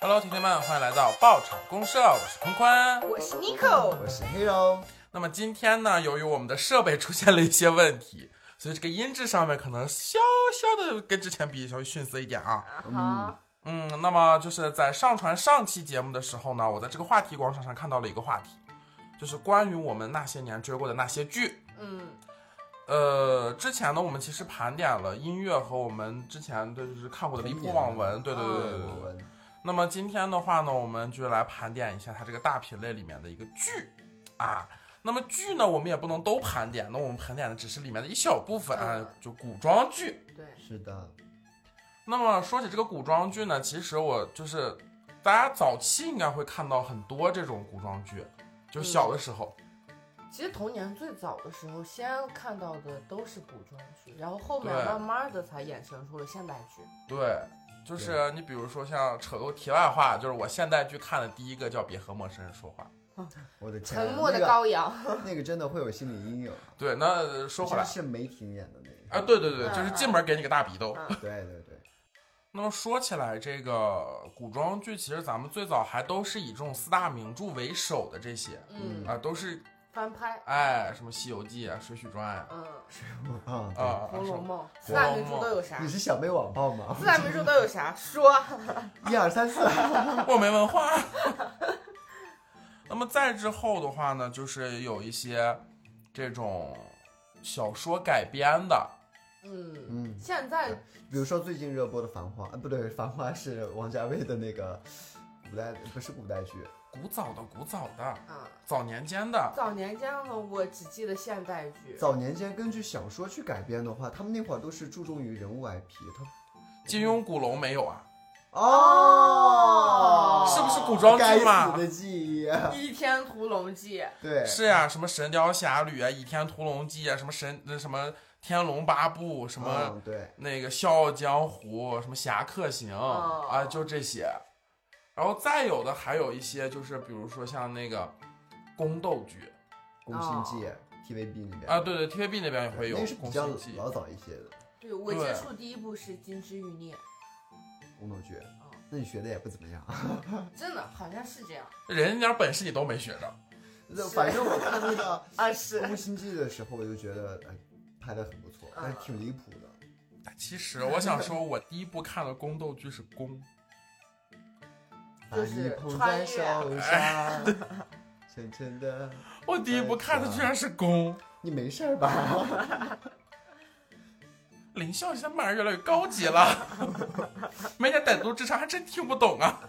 Hello，铁铁们，欢迎来到爆炒公社，我是坤坤。我是 Nico，我是 Hero，那么今天呢，由于我们的设备出现了一些问题，所以这个音质上面可能稍稍的跟之前比稍微逊色一点啊。好，嗯，那么就是在上传上期节目的时候呢，我在这个话题广场上看到了一个话题，就是关于我们那些年追过的那些剧。嗯，呃，之前呢，我们其实盘点了音乐和我们之前对就是看过的离谱网文，对对对对对对我对。们那么今天的话呢，我们就来盘点一下它这个大品类里面的一个剧啊。那么剧呢，我们也不能都盘点，那我们盘点的只是里面的一小部分，啊嗯，就古装剧。对，是的，那么说起这个古装剧呢，其实我就是大家早期应该会看到很多这种古装剧，就小的时候，其实童年最早的时候，先看到的都是古装剧，然后后面对慢慢的才衍生出了现代剧。对，就是你比如说像扯个题外话，就是我现代剧看的第一个叫《别和陌生人说话我的天啊，沉默的羔羊，那个那个真的会有心理阴影。》。对，那呃说回来是梅婷演的那个啊，对对对，嗯就是进门给你个大鼻窦。嗯对对对，那么说起来，这个古装剧其实咱们最早还都是以这种四大名著为首的这些嗯，啊，都是翻拍，哎什么《西游记》啊，《水浒传》啊嗯，啊，啊，啊《红楼梦》四红楼梦大名著都有啥你？是想被网 暴吗？四大名著都有啥？说，一二三四，我没文化。那么再之后的话呢，就是有一些这种小说改编的，嗯，嗯，现在比如说最近热播的《繁花》，啊，不对，《繁花》是王家卫的那个古代，不是古代剧，古早的、古早的、啊，早年间的，早年间呢，我只记得现代剧，早年间根据小说去改编的话，他们那会儿都是注重于人物 IP，他金庸、古龙没有啊？哦是不是古装该剧嘛死？的记忆， 《倚天屠龙记》对，是呀、什么《神雕侠侣》啊，《倚天屠龙记》啊，什么神那什么《天龙八部》，什么嗯对，那个《笑傲江湖》，什么《侠客行》哦啊，就这些。然后再有的还有一些就是，比如说像那个宫斗剧，宫哦心计 TVB 那边啊，，对对，TVB 那边也会有那是比宫较心计。老早一些的对我对接触第一部是《金枝欲孽宫斗剧，哦那你学的也不怎么 样。》，啊真的好像是这样人家点本事你都没学着，那是 反正我看那 个啊， 《是宫心计》的时候，我就觉得哎，拍的很不错，但是挺离谱嗯的。其实我想说，我第一部看的宫斗剧是宫，就把是啊你捧在手上，哎 深深的。我第一部看的居然是宫。你没事儿吧？ 林笑现在慢慢越来越高级了，没点歹毒之长还真听不懂啊。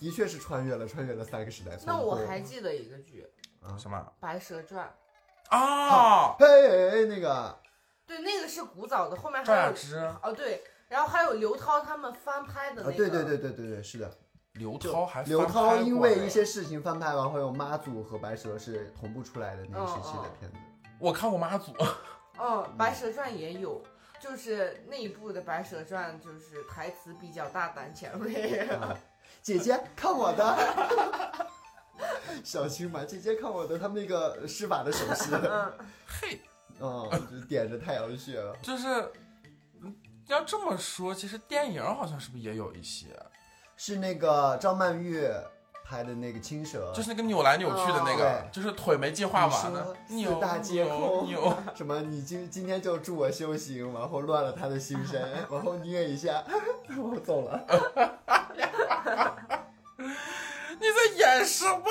的确是穿越了，穿越了三个时代。那从我后还记得一个剧啊，什么《白蛇传啊？嘿，哎那个》，对，那个是古早的，后面赵还雅有芝、哦对，然后还有刘涛他们翻拍的那啊，个，对对对对对对，是的。刘涛还刘翻拍涛过因为嘞一些事情翻拍完后，有《妈祖》和《白蛇》是同步出来的那个时期哦的片子。我看过妈祖， 嗯，《白蛇传》也有，就是那一部的《白蛇传》，就是台词比较大胆前卫， 啊姐姐看我的， 小青嘛，姐姐看我的，他们那个施法的手势， 嘿，嗯，就点着太阳穴了。就是嗯要这么说，其实电影好像是不是也有一些，是那个张曼玉拍的那个青蛇，就是那个扭来扭去的那个，哦就是腿没进化完你的说，扭四大皆扭空扭。什么你今今天就助我修行，然后乱了他的心神，然后捏一下， 然后走了。你在演什么？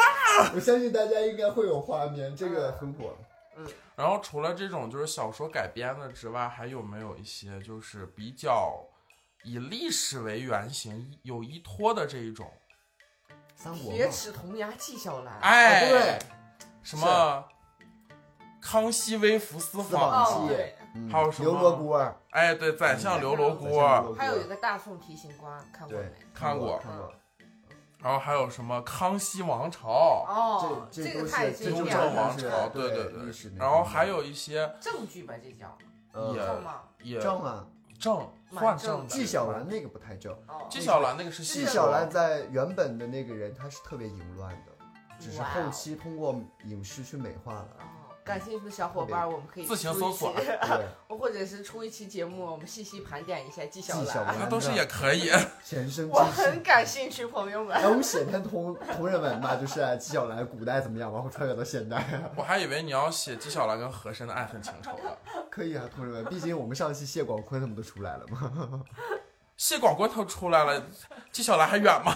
我相信大家应该会有画面，这个很火。然后除了这种就是小说改编的之外，还有没有一些就是比较以历史为原型、有依托的这一种？三国嘛铁，齿铜牙纪晓岚，哎，啊对，什么康熙微服私私访访记哦记对，嗯还有什么刘罗锅儿，哎，对，宰相刘罗嗯宰相锅，刘罗锅还有一个大宋提刑官，看过对没？看过看过，然后还有什么康熙王啊朝、哦，这个都太是雍经这典正都了，王是朝，对对对历史对，那然后方面还有一些正剧吧，这叫也嗯，正吗？也正啊，正蛮算正正的的纪晓岚那个不太正。哦，纪晓岚那个是戏纪晓说岚在原本的 那个人，他是特别淫乱的，只是后期通过影视去美化了。哦，感兴趣的小伙伴，我们可以自行搜索出一期，对，或者是出一期节目，我们细细盘点一下纪晓纪晓岚。岚那都是也可 以。全身我真心很感兴趣，朋友们。哎，我们写篇同同人文吧，就是纪晓岚古代怎么样，然后穿越到现代啊，我还以为你要写纪晓岚跟和珅的爱恨情仇了。可以啊，同人文。毕竟我们上期谢广坤他们都出来了嘛，谢广坤都出来了，纪晓岚还远吗？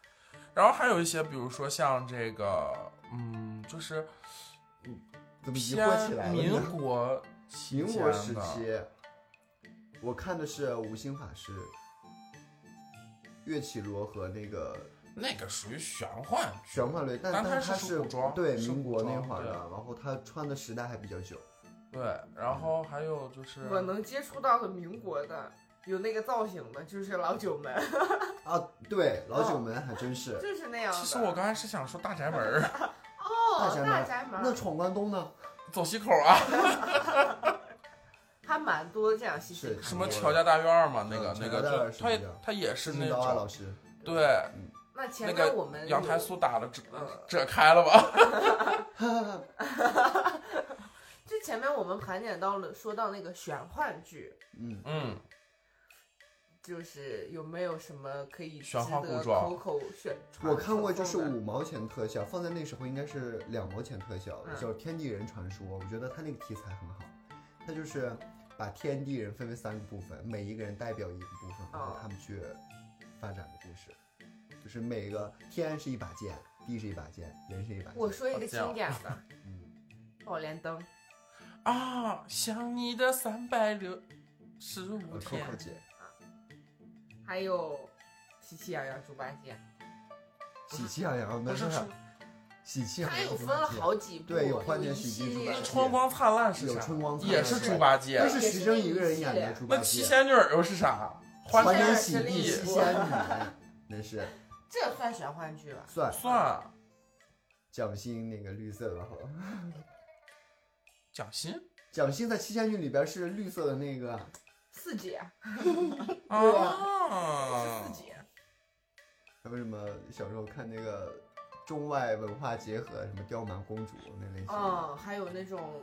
然后还有一些，比如说像这个，嗯，就是怎么已经过偏起来了民 呢？国期民间国时的期，我看的是无心法师、岳绮罗和那个那个属于玄幻剧玄幻类，但但但它他是古装对是民古国装那会儿对的，然后他穿的时代还比较久。对，然后还有就是，嗯我能接触到的民国的，有那个造型的，就是老九门，啊，对，老嗯九门还真是。就是那样的。其实我刚开始想说大宅门 儿哦，大宅门大宅门那闯关东呢？走西口啊，还蛮多这样细细是什么乔家大院儿嘛，那个嗯那乔家大院个儿就是它一样它也是那刀啊，种老师，对那前那面个我嗯们阳台有呃苏打了折折开了 吧？就前面我们盘点到了，说到那个玄幻剧，嗯，嗯，就是有没有什么可以值玄幻得古装口口宣传？我看过，口口就是的五毛钱特效，放在那时候应该是两毛钱特效，嗯叫《天地人传说》。我觉得他那个题材很好，他就是把天地人分为三个部分，每一个人代表一个部分，然哦后他们去发展的故事，就是每个天是一把剑，地是一把剑，人是一把剑。我说一个这样经典的嗯， 《宝莲灯》，啊，想你的三百六十我五天 Coco 姐，还有《喜气洋洋猪八戒喜气洋洋的不是出，喜气》，洋洋它有的猪八戒。分了好几部，对有换一天喜系剧猪列那八戒的春光灿烂是有啥？春光灿烂，也是猪八戒但，是徐峥一个人演的猪八那戒。七仙女儿又是啥？欢欢天天天喜喜地地七七仙仙女，那是这算玄幻剧吧？算算蒋欣那个绿色的好吧，蒋欣蒋欣在七仙女里边是绿色的那个，四姐，对啊啊四，姐，还有什么小时候看那个中外文化结合，什么刁蛮公主那类型的，嗯，还有那种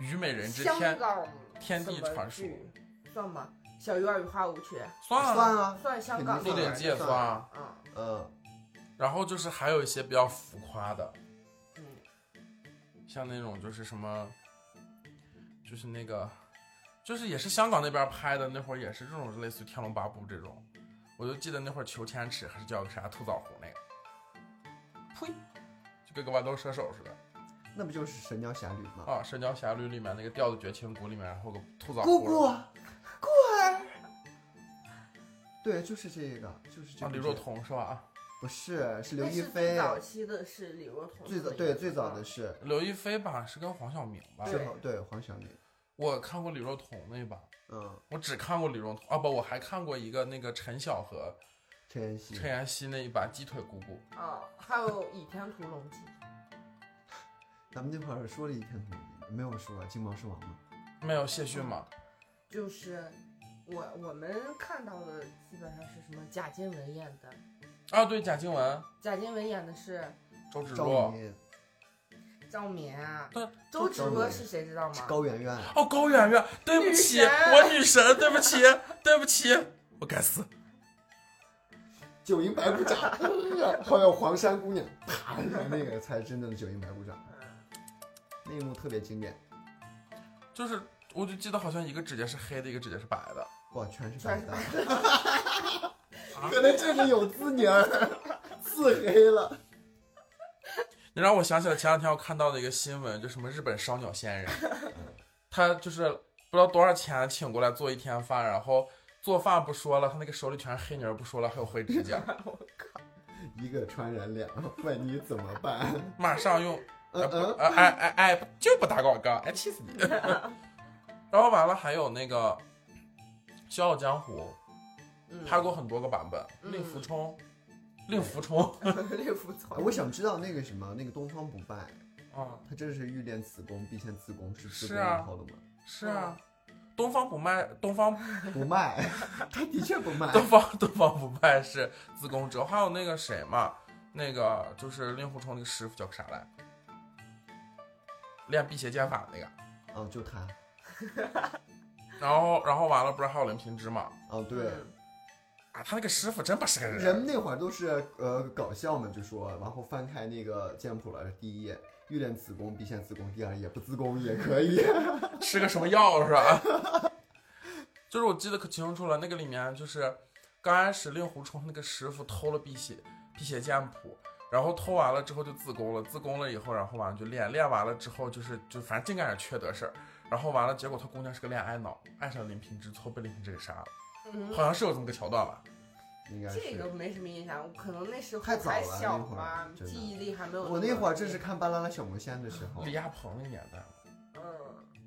虞美人之香天港天地什么传说剧算吗？小鱼儿与花无缺算算了，啊，算香港肯鹿定的鼎算吗，记也算啊。嗯嗯，然后就是还有一些比较浮夸的，嗯，像那种就是什么，就是那个，就是也是香港那边拍的，那会儿也是这种类似于《天龙八部》这种。我就记得那会儿裘千尺还是叫个啥兔枣狐那个，呸，就跟个豌豆射手似的那不就是神雕侠侣吗？啊，《射雕侠侣》里面那个调子绝情谷里面，然后个兔枣姑狐，姑，姑儿，对，就是这个，就是这啊，个，李若彤是吧？不是，是刘那亦是最菲，早期的是李若彤，最早对最早啊嗯的是刘亦菲吧是跟黄晓明吧？最后对黄晓明，我看过李若彤那版，嗯，我只看过李若彤啊，不，我还看过一个那个陈晓和陈妍希陈。妍希那一版《鸡腿姑姑》。啊，还有《倚天屠龙记》，咱们那会儿说了一天同名，没有说啊金毛狮王吗？没有谢逊嘛？就是我我们看到的基本上是什么？贾静雯演的，啊，对，贾静雯、贾静雯演的是周芷赵若，敏、赵敏啊，对，周周芷周若敏是谁知道吗？高圆 圆，哦，高圆圆，对不起，女神我女神，对不起，对不起，我该死。九阴白骨爪， 还有黄山姑娘，啪，那个才真正的九阴白骨爪，嗯那一幕特别经典。就是，我就记得好像一个指甲是黑的，一个指甲是白的。哇，全是白的全， 啊可能就是有字泥儿，字黑了。你让我想起了前两天我看到的一个新闻，就什么日本烧鸟仙人，他就是不知道多少钱请过来做一天饭，然后做饭不说了，他那个手里全是黑泥儿不说了，还有灰指甲，一个传染两，问你怎么办？ 马上用嗯嗯，啊哎哎哎，就不打广告，哎气死你！然后完了还有那个《笑傲江湖》，嗯， 拍过很多个版本，嗯令狐冲，令狐冲六福草哎，我想知道那个什么，那个东方不败， 啊，他这是欲练此功，必先自宫，是自是宫啊以后的吗？是啊，东方不败，东方不卖， 他的确不卖东方 东方不败是自宫之后，还有那个谁嘛，那个就是令狐冲那个师傅叫啥来？练辟邪剑法那个，啊，就他，然后然后完了不是还有林平之嘛？啊，对，嗯啊，他那个师傅真不是个人，人们那会儿都是呃搞笑嘛，就说，然后翻开那个剑谱了，第一页欲练子宫，必先自宫；第二页不自宫也可以。 吃个什么药是吧？ 就是我记得可清楚了，那个里面就是刚开始令狐冲那个师傅偷了辟邪辟邪剑谱，然后偷完了之后就自宫了，自宫了以后，然后完了就练，练完了之后就是就反正净干点缺德事儿，然后完了结果他姑娘是个恋爱脑，爱上林平之，最后被林平之给杀了，嗯，好像是有这么个桥段吧？应该是这个没什么印象，可能那时候太早了还小那会吧儿，真的记忆力还没有。我那会儿正是，看《巴啦啦小魔仙》的时候李，亚鹏那年代，嗯，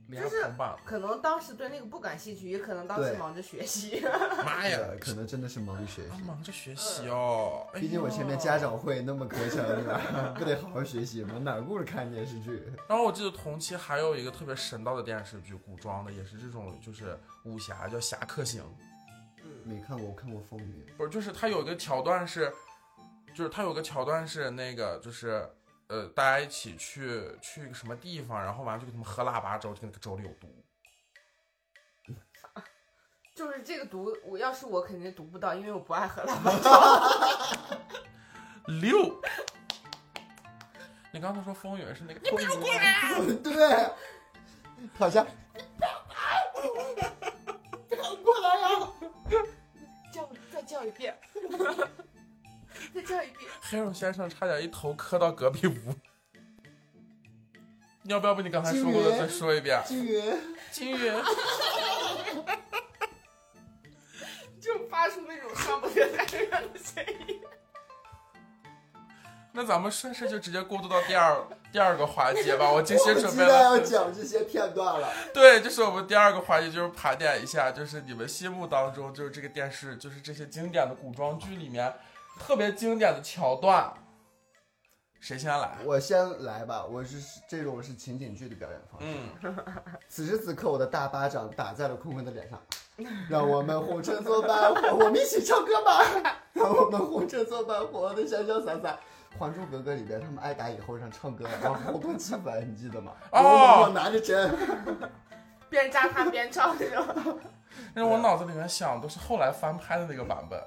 李亚鹏版可能当时对那个不感兴趣，也可能当时对忙着学习。 的，妈哎 呀！呃可能真的是忙于学啊，习。忙着学习哦。哎呦毕竟我前面家，长会那么隔墙远， 不得好好学习吗？哪顾着看电视剧？然后我记得同期还有一个特别神道的电视剧，古装的，也是这种就是武侠，叫《侠客行嗯没看过，我看过《风云》。》， 不是，就是它有一个桥段是，就是它有个桥段是那个就是。呃，大家一起去去一个什么地方，然后完了就给他们喝腊八粥，就那个粥里有毒。就是这个读，我要是我肯定读不到，因为我不爱喝 辣白。 六，你刚才说风云是那个，风云，对， 好像叫再叫一遍，再叫一遍。黑手先生差点一头磕到隔壁屋。 你要不要把你刚才说过的再说一遍？啊金云金云，就发出那种上不得下人的声音。那咱们顺势就直接过渡到第二第二个环节 吧。我精我心不准知备道要了，讲这些片段了。对，就是我们第二个环节，就是盘点一下，就是你们心目当中，就是这个电视，就是这些经典的古装剧里面特别经典的桥段。谁先来？我先来吧，我是这种是情景剧的表演方式。嗯，此时此刻，我的大巴掌打在了坤坤的脸上， 让我们红尘作伴，我们一起唱歌吧，让我们红尘作伴，活得潇潇洒洒。《还珠格格》里边，他们挨打以后让唱歌，然后好多气氛，你记得吗？哦我我拿着针，边扎他边唱那种， 因为我脑子里面想都是后来翻拍的那个版本，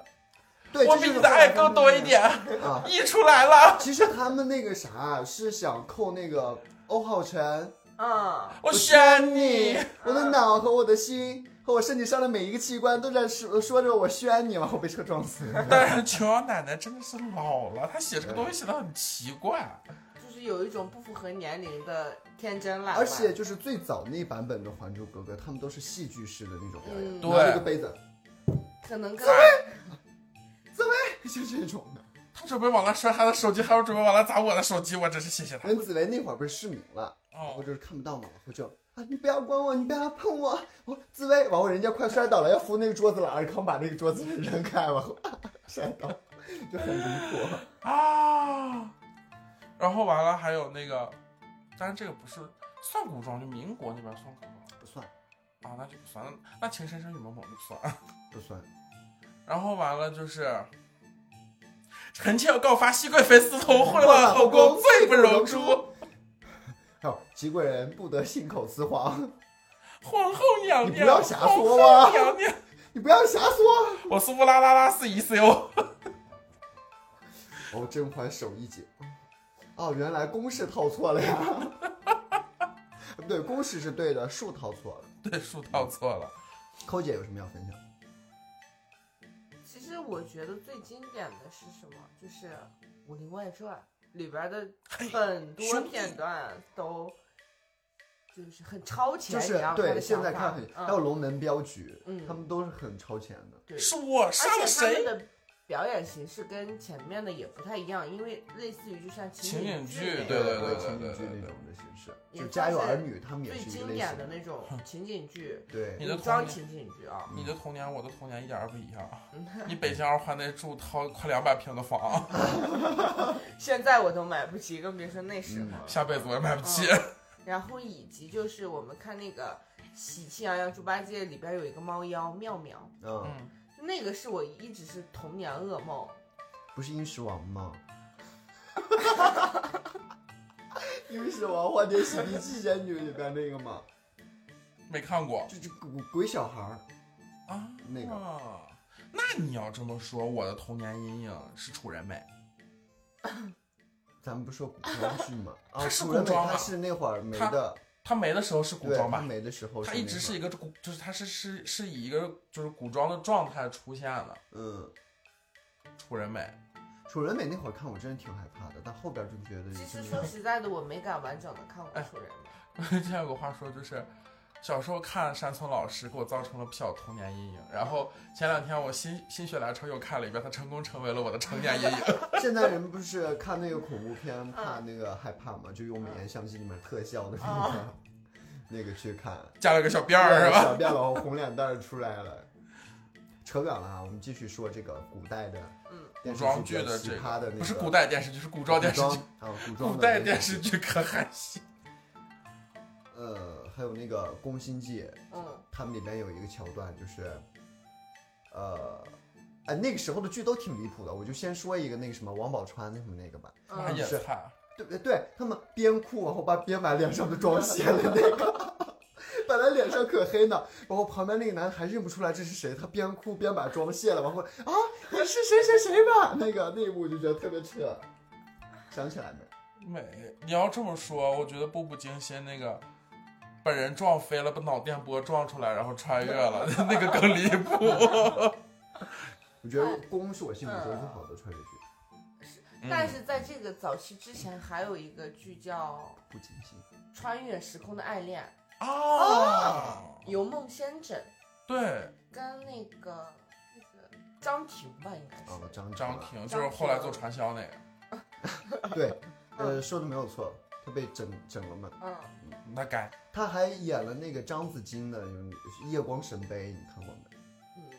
对，我这比是你的爱更多一点， 啊。溢出来了。其实他们那个啥是想扣那个欧浩辰，嗯，我选你你，我的脑和我的心和我身体上的每一个器官都在说说着我宣你，然后被车撞死。但是琼瑶奶奶真的是老了，她写这个东西写的很奇怪。就是有一种不符合年龄的天真烂漫。而且就是最早那版本的《还珠格格》，他们都是戏剧式的那种表演，嗯对拿着一个杯子， 可能跟就这种的。他准备往那摔他的手机，还有准备往那砸我的手机，我真是谢谢他。任子维那会儿不是失明了，然后哦，就是看不到嘛，然后就啊你不要管我，你不要碰我，我紫薇，然后人家快摔倒了，要扶那个桌子了，尔康把那个桌子 扔开了，然后摔倒，就很离谱。啊，然后完了还有那个，但是这个不是算古装，就民国那边算古装不算啊，那就不算，那那情深深雨蒙蒙就不算。不算，然后完了就是。臣妾要告发熹贵妃私通，混乱后宫，罪不容诛。。还有齐贵人不得信口雌黄，皇后娘娘，你不要瞎皇说后啊娘娘，你不要瞎说。我苏布拉拉拉是一 C O。哦，甄嬛手一紧。哦，原来公式套错了呀。 不对，公式是对的，数套错了。对，数套错了。抠姐有什么要分享？其实我觉得最经典的是什么？就是《武林外传》里边的哎很多片段都就是很超前，就是你知道吗他对，的现想在法看很，还有嗯，龙门镖局，嗯他们都是很超前的。对，是我杀而了且他们谁？的表演形式跟前面的也不太一样，因为类似于就像情景剧剧那对样对或对者情景剧对对那种的形式，也就算《家有是儿女》，他们也最是一个经类典型的那种嗯情景剧，你对，的古装童年情景剧啊，你的童年，我的童年一点儿也不一样啊嗯！你北京二环内住套快两百平的房，现在我都买不起，更别说那时候了。嗯下辈子我也买不起。嗯 然后以及就是我们看那个《喜气洋洋猪八戒》里边有一个猫妖妙妙，嗯，嗯，就那个是我一直是童年噩梦。 不是殷实王吗？因为是王幻蝶《洗涤奇仙女》里边那个嘛，没看过就就鬼鬼小孩儿，啊。那个个，那你要这么说，我的童年阴影是楚人美。咱们不说古装剧 嘛，啊，她是楚人古美装啊她是那会儿没的，她没的时候是古对，装她吧？没的时候她那一直会是儿一个古，就是她是是是以一个就是古装的状态出现的。嗯，楚人美， 楚人美那会儿看我真的挺害怕的，但后边就觉得其实真 说的实在的，我没敢完整的看过哎《楚人美之前有个话说就是。小时候看山村老师，给我造成了不小童年阴影。然后前两天我心心血来潮又看了一遍，它成功成为了我的成年阴影。现在人不是看那个恐怖嗯片怕那个害怕嘛，就用美颜相机里面特效的那个、啊 那个去看，加了个小辫儿是吧？小辫老红脸蛋儿出来了。扯远了啊，我们继续说这个古代的嗯古电视装剧剧比较的奇这葩的那个，不是古代电视剧，是古装电视剧。啊，古装古的代那电个视剧可还行。呃，还有那个《宫心计》，》。嗯，他们里边有一个桥段，就是，呃，哎，那个时候的剧都挺离谱的。我就先说一个那个什么王宝钏那什么那个吧，他 嗯也是菜，对不对？对他们编哭，然后把编完脸上的妆卸了那个。本来脸上可黑呢，然后旁边那个男的还认不出来这是谁，他边哭边把妆卸了，然后啊，你是谁谁谁吧？那个那一幕我就觉得特别扯，想起来没？美，你要这么说，我觉得《步步惊心》那个把人撞飞了，把脑电波撞出来，然后穿越 了，那个更离谱。我觉得《宫》是我心目中最好的穿越剧，但嗯是在这个早期之前，还有一个剧叫不仅仅《穿越时空的爱恋嗯哦》，，由梦仙枕对，跟那个那个张庭吧，应该是。啊，张张庭庭就是后来做传销那个，对，呃，说的没有错，他被整整了嘛。嗯，那该他还演了那个章子金的《就是夜光神杯》，你看过没？嗯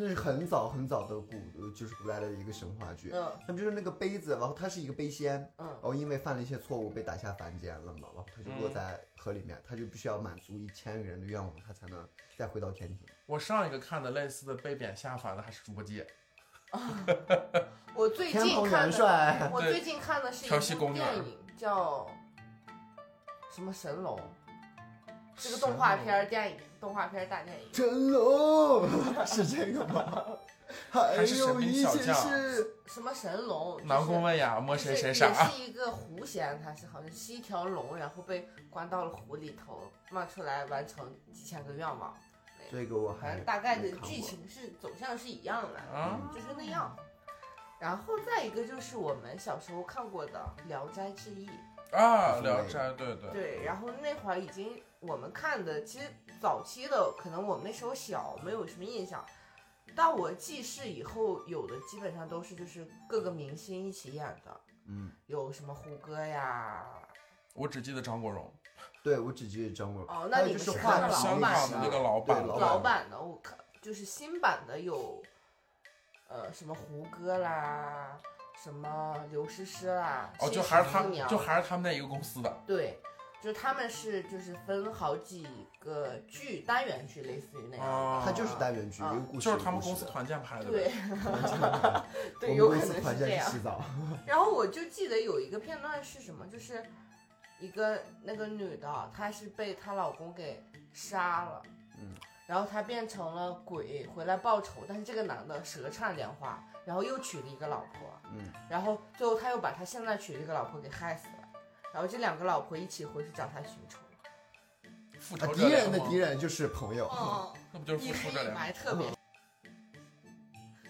那是很早很早的古，呃就是古代的一个神话剧。嗯他们就是那个杯子，然后他是一个杯仙，然嗯后因为犯了一些错误被打下凡间了嘛，然后他就落在河里面，他就必须要满足一千个人的愿望，他才能再回到天庭。我上一个看的类似的被贬下凡的还是猪八戒，我最天近蓬看元的，帅，我最近看的是调戏一部宫女儿电影叫什么《神龙》，是个动画片儿电影，动画片儿大电影。真龙是这个吗？还 还是神有兵一小件将事，什么神龙？南宫问问雅摸谁谁也傻，啊是一个狐仙，他是好像是一条龙，然后被关到了湖里头，冒出来完成几千个愿望。这个我反还正大概的哎没看过剧情是走向是一样的，啊，就是那样。然后再一个就是我们小时候看过的《聊斋志异》，啊，聊斋，对对，对，然后那会儿已经我们看的，其实早期的可能我们那时候小，没有什么印象。到我记事以后，有的基本上都是就是各个明星一起演的，嗯，有什么胡歌呀，我只记得张国荣，对我只记得张国荣。哦，还那有你就们是看换了老香版港的的那个老板，对老版的，我看就是新版的有，呃，什么胡歌啦，什么刘诗诗啦，哦，就新还是十他四娘，就还是他们那一个公司的，对，就是他们是就是分好几个剧单元剧，类似于那样的。哦它就是单元剧，啊一个故事，就是他们一个公故司事 团建拍的，对，我对，们有可公能司是团这建样去。哦洗澡，然后我就记得有一个片段是什么，就是一个那个女的，她是被她老公给杀了，嗯，然后她变成了鬼回来报仇，但是这个男的舌灿莲花，然后又娶了一个老婆，嗯，然后最后他又把他现在娶了一个老婆给害死了，然后这两个老婆一起回去找他寻仇，复啊仇者敌人联的盟敌，人就是朋友，哦，那不就是一复黑仇者一联盟？白特别，嗯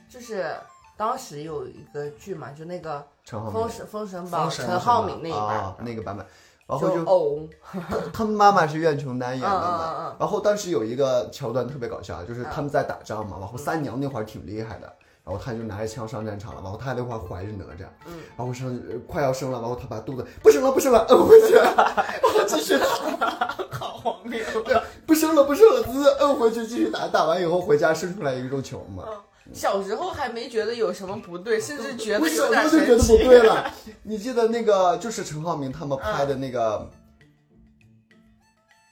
就是当时有一个剧嘛，就那个。陈浩封民，神封神榜，封神陈浩民那一版啊的，那个版本，然后就就偶 他们妈妈是苑琼丹演的嗯嗯嘛嗯，然后当时有一个桥段特别搞笑，就是他们在打仗嘛，然后嗯三娘那会儿挺厉害的。然后她就拿着枪上战场了，然后她那会儿怀着哪吒，嗯，然后生呃快要生了，然后她把肚子不生了不生了摁回去， 然后继续打，好荒谬。不生了不生了，滋摁回去继续打，打完以后回家生出来一个肉球嘛，小时候还没觉得有什么不对，甚至觉我得小有时点候就觉神得不奇。对了。你记得那个就是陈浩民他们拍的那个《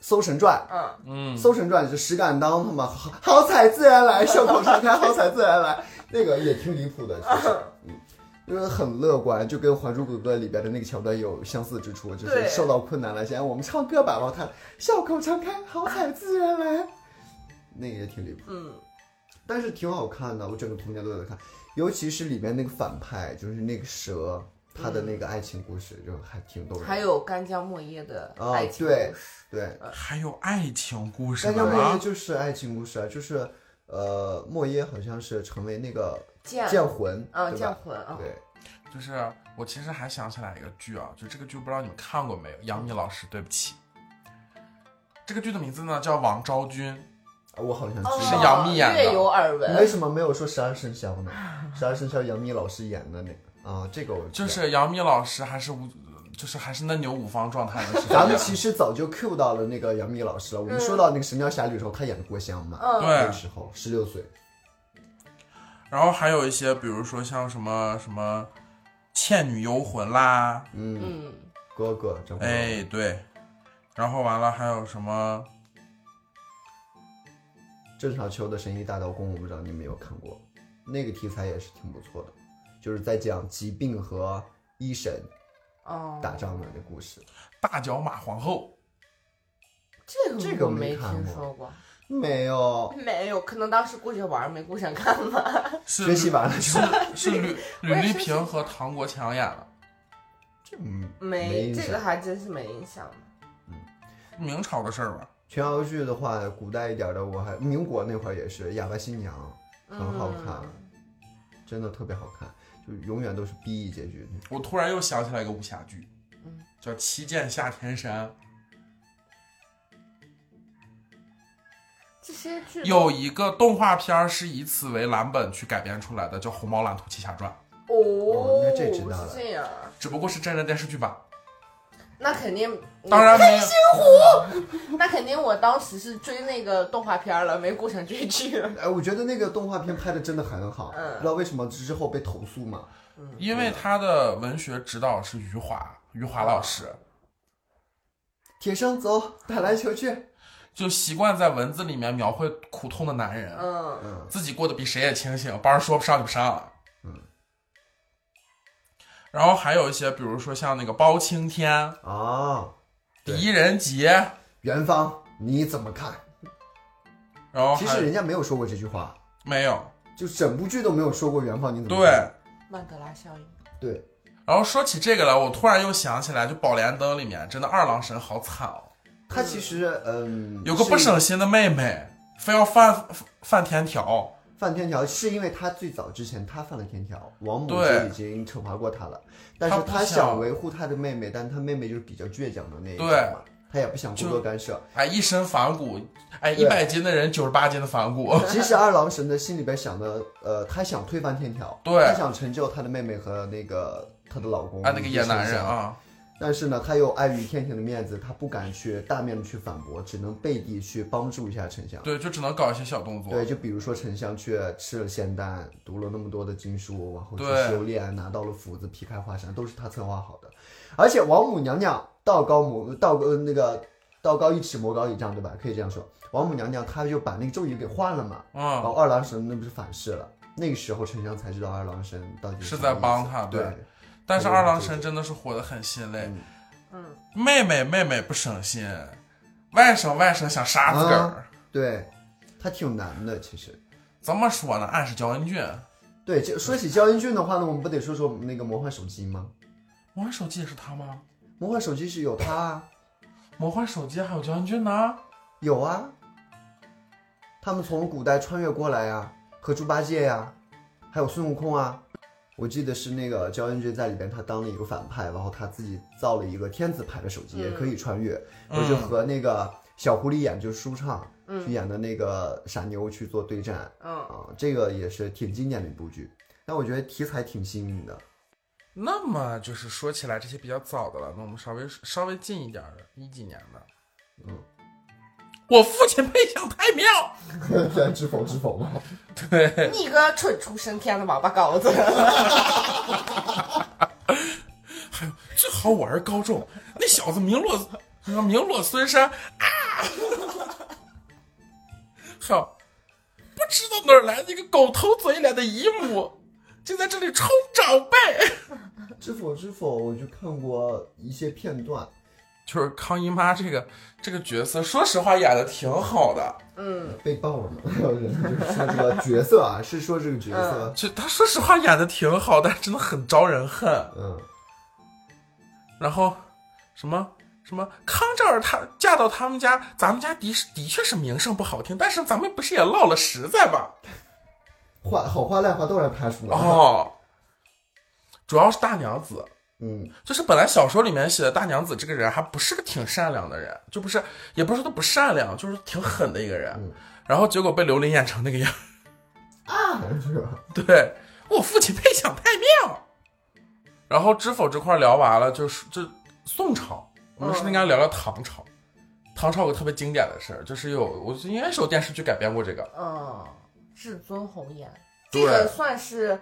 搜神传》。 嗯，嗯《搜神传》就石敢当他们 好好彩自然来，笑口常开，好彩自然来，那个也挺离谱的。其实，嗯，就是很乐观，就跟《还珠格格》里边的那个桥段有相似之处，就对是受到困难了，想让我们唱歌吧，然后他笑口常开，好彩自然来，那个也挺离谱，嗯，但是挺好看的，我整个童年都有看，尤其是里面那个反派，就是那个蛇，他的那个爱情故事就还挺动人的。还有干将莫邪的哦爱情对故事对，还有爱情故事干将莫邪呢，就是爱情故事啊，就是呃，莫耶好像是成为那个剑剑魂，啊对剑吧？魂啊，对，就是我其实还想起来一个剧啊，就这个剧不知道你们看过没有？杨幂老师，对不起，这个剧的名字呢叫《王昭君》，啊我好像哦知是道。杨幂演的略有耳你为闻，什么没有说十二生肖 呢？十二生肖杨幂老师演的那个啊，这个我知就道是杨幂老师还是无，就是还是嫩牛五方状态的时候，咱们其实早就 Q 到了那个杨幂老师了。我们嗯说到那个《神雕侠侣》的时候，她演的郭襄嘛，嗯那对个时候十六岁，然后还有一些，比如说像什么什么《倩女幽魂》啦，嗯，嗯，哥哥张国荣哎，对，然后完了还有什么？郑少秋的《神医大刀工》，我不知道你们有没有看过，那个题材也是挺不错的，就是在讲疾病和医神哦，打仗的那故事。大脚马皇后，这个这我个没没看听过说过，没有，没有，可能当时顾着玩儿没顾上看吧。 是学习吕完了是是吕吕我也丽是萍和唐国强演的，这 嗯没没，印这个象还真是没印象。明朝的事儿吧？琼瑶剧的话，古代一点的我还民国那会儿也是《哑巴新娘嗯很好看真的特别好看，就永远都是 B E 结局那种。我突然又想起来一个武侠剧嗯，叫《七剑下天山这些剧》，哦有一个动画片儿是以此为蓝本去改编出来的，叫《红毛蓝兔七侠传哦，那这知道了是这样，》，只不过是真人电视剧版。那肯定，当然没有， 那肯定，我当时是追那个动画片儿了，没顾上追剧。 哎，我觉得那个动画片拍的真的很好，嗯不知道为什么之后被投诉嘛。因为他的文学指导是余华，余华老师铁生走，打篮球去。就习惯在文字里面描绘苦痛的男人，嗯，嗯，自己过得比谁也清醒，帮人说不上就不上了。嗯。然后还有一些，比如说像那个包青天、啊，对狄仁杰，元芳你怎么看？然后其哦还实人家没有说过这句话，没有就整部剧都没有说过元芳你怎么对。看。曼德拉效应，对然后说起这个来，我突然又想起来，就《宝莲灯》里面真的二郎神好惨哦，他其实嗯，有个不是省心的妹妹，非要犯犯天条，犯天条，是因为他最早之前他犯了天条，王母对就已经惩罚过他了，但是他不他想想维护他的妹妹，但他妹妹就是比较倔强的那一种对嘛，他也不想过就多干涉。哎，一身反骨，哎，一对百斤的人九十八斤的反骨。 其实二郎神的心里边想的，呃，他想推翻天条，对他想成就他的妹妹和那个他的老公啊，那个野男一起人生下。啊，但是呢，他又碍于天庭的面子，他不敢去大面的去反驳，只能背地去帮助一下沉香。对，就只能搞一些小动作。对，就比如说沉香去吃了仙丹，读了那么多的经书，然后去对修炼，拿到了斧子，劈开华山，都是他策划好的。而且王母娘娘道高魔道呃那个道高一尺，魔高一丈，对吧？可以这样说，王母娘娘她就把那个咒语给换了嘛。然嗯，后二郎神那不是反噬了？那个时候沉香才知道二郎神到底是什么在帮意思他对，对但是二郎神真的是活得很心累，嗯嗯，妹妹妹妹不省心，外甥外甥想杀自个儿。对，他挺难的其实。怎么说呢？俺是焦恩俊，对，就说起焦恩俊的话呢，我们不得说说那个魔幻手机吗？魔幻手机也是他吗？魔幻手机是有他啊，魔幻手机还有焦恩俊呢？有啊，他们从古代穿越过来啊，和猪八戒呀、还有孙悟空啊。我记得是那个焦恩俊在里边，他当了一个反派，然后他自己造了一个天字牌的手机，也可嗯以穿越。我就嗯，和那个小狐狸演，就是舒畅，嗯去演的那个傻妞去做对战嗯，啊，这个也是挺经典的一部剧。但我觉得题材挺新颖 的，那么就是说起来这些比较早的了，那我们稍微稍微近一点儿的，一几年的。嗯，我父亲配享太庙，在知否知否吗？对，你个嗯蠢畜生，天的王八羔子！最好我儿高中，那小子名落名落孙山啊！还有，不知道哪儿来的一个狗头嘴脸的姨母，就在这里充长辈。知否知否，我就看过一些片段，就是康姨妈这个这个角色，说实话演的挺好的。嗯，被爆 了嘛，人就是说这个角色啊，是说这个角色，就她说实话演的挺好，但是真的很招人恨。嗯，然后什么什么康正儿她嫁到他们家，咱们家的的确是名声不好听，但是咱们不是也落了实在吗？话好话赖话都让他说，哦，主要是大娘子，嗯，就是本来小说里面写的大娘子这个人还不是个挺善良的人，就不是也不是说她不善良，就是挺狠的一个人。嗯然后结果被刘琳演成那个样， 啊，是吧？对我父亲配享太庙。然后知否这块聊完了，就是就宋朝，我们是应该嗯聊聊唐朝。唐朝有个特别经典的事儿，就是有我觉得应该是有电视剧改编过这个，嗯，至尊红颜，对这个算是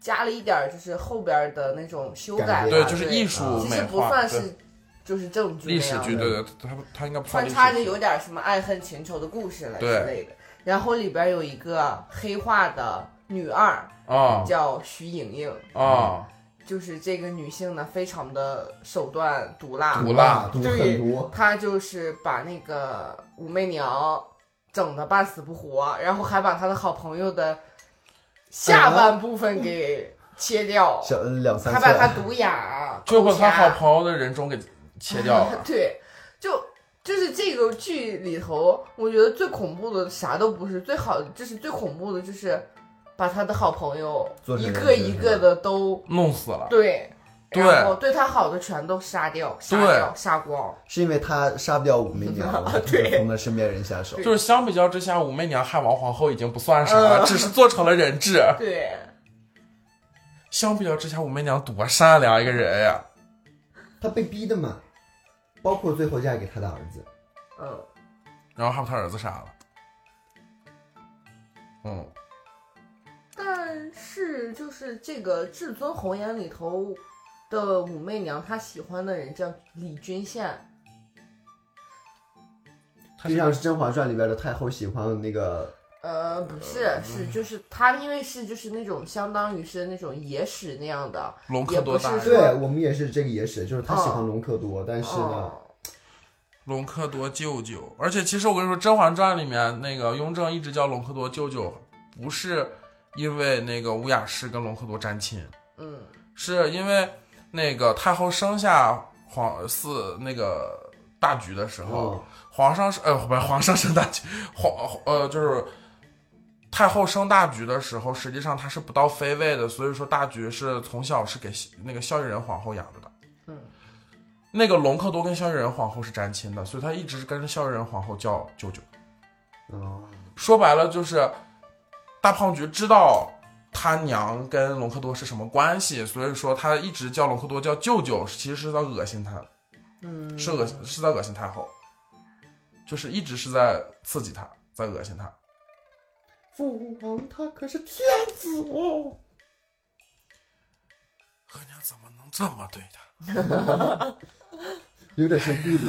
加了一点儿，就是后边儿的那种修改吧，感觉对，对就是对艺术啊其美实不化算对是就是正剧那历史样剧，的对对，他他应该不算历穿史插着剧有点什么爱恨情仇的故事了之对类的。然后里边有一个黑化的女二啊叫徐莹莹，啊，就是这个女性呢非常的手段毒辣，毒辣毒对很毒，她就是把那个武媚娘整的半死不活，然后还把她的好朋友的哎下半部分给切掉，小嗯两三还把她岁，啊 毒哑，就把口他掐。好朋友的人中给切掉了 对，就就是这个剧里头，我觉得最恐怖的啥都不是，最好就是最恐怖的就是把他的好朋友做成一人个质一是个吧的都弄死了。对。对然后对他好的全都杀掉，杀对掉，杀光。是因为他杀不掉武媚 娘，对就从他身边人下手，就是相比较之下，武媚娘害王皇后已经不算啥了，嗯只是做成了人质。对，相比较之下，武媚娘多善良一个人呀！他被逼的嘛，包括最后嫁给他的儿子，嗯，然后还把他儿子杀了。嗯，但是就是这个《至尊红颜》里头的武媚娘，她喜欢的人叫李君羡，他就像是《甄嬛传》里边的太后喜欢的那个，呃，不是，是就是她，因为是就是那种相当于是那种野史那样的，隆科多大也不人？是对我们也是这个野史，就是他喜嗯欢隆科多，但是呢，哦隆科多舅舅。而且其实我跟你说，《甄嬛传》里面那个雍正一直叫隆科多舅舅，不是因为那个乌雅氏跟隆科多沾亲，嗯是因为那个太后生下皇四那个大局的时候，哦，皇上是呃不是皇上升大局，皇呃就是太后升大局的时候，实际上她是不到妃位的，所以说大局是从小是给那个孝义仁皇后养着的。嗯，那个隆科多跟孝义仁皇后是沾亲的，所以她一直跟着孝义仁皇后叫舅舅。哦，说白了就是，大胖菊知道他娘跟隆科多是什么关系，所以说他一直叫隆科多叫舅舅，其实是在恶心他，嗯，是恶心是在恶心太后，就是一直是在刺激他，在恶心他。父王他可是 天子哦，和娘怎么能这么对他？有点像弟弟，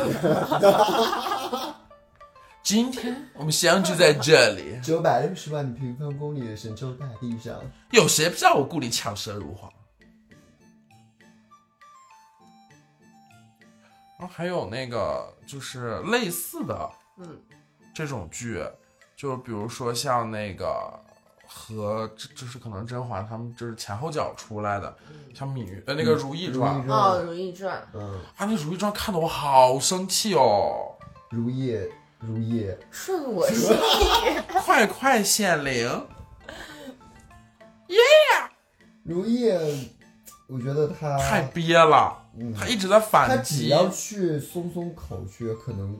今天我们相聚在这里，九百六十万平方公里的神州大地上，有谁不知道我故里巧舌如簧？然后还有那个就是类似的，嗯这种剧，就是比如说像那个和这这是可能甄嬛他们就是前后脚出来的，嗯像芈月呃那个《如懿传》如懿哦，《如懿传》嗯，啊，那《如懿传》看得我好生气 哦！如意，如意，顺我心 意，快快显灵，啊如意，我觉得他太憋了，嗯他一直在他反只击。要去松松口去，可能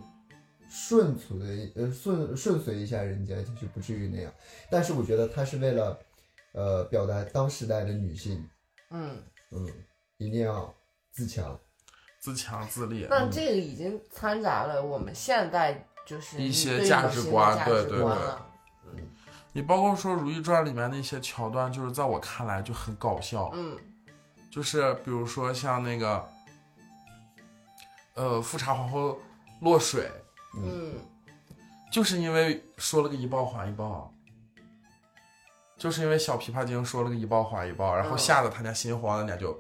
顺随呃顺顺随一下人家，他就不至于那样。但是我觉得他是为了呃表达当时代的女性，嗯，嗯，一定要自强。自强自立，那这个已经掺杂了我们现代就是一些对价女值性的观价对值对观对了你包括说《如懿传》里面那些桥段，就是在我看来就很搞笑。嗯就是比如说像那个，呃，富察皇后落水，嗯，嗯就是因为说了个一报还一报，就是因为小琵琶精说了个一报还一报，然后嗯吓得他家心慌，人家就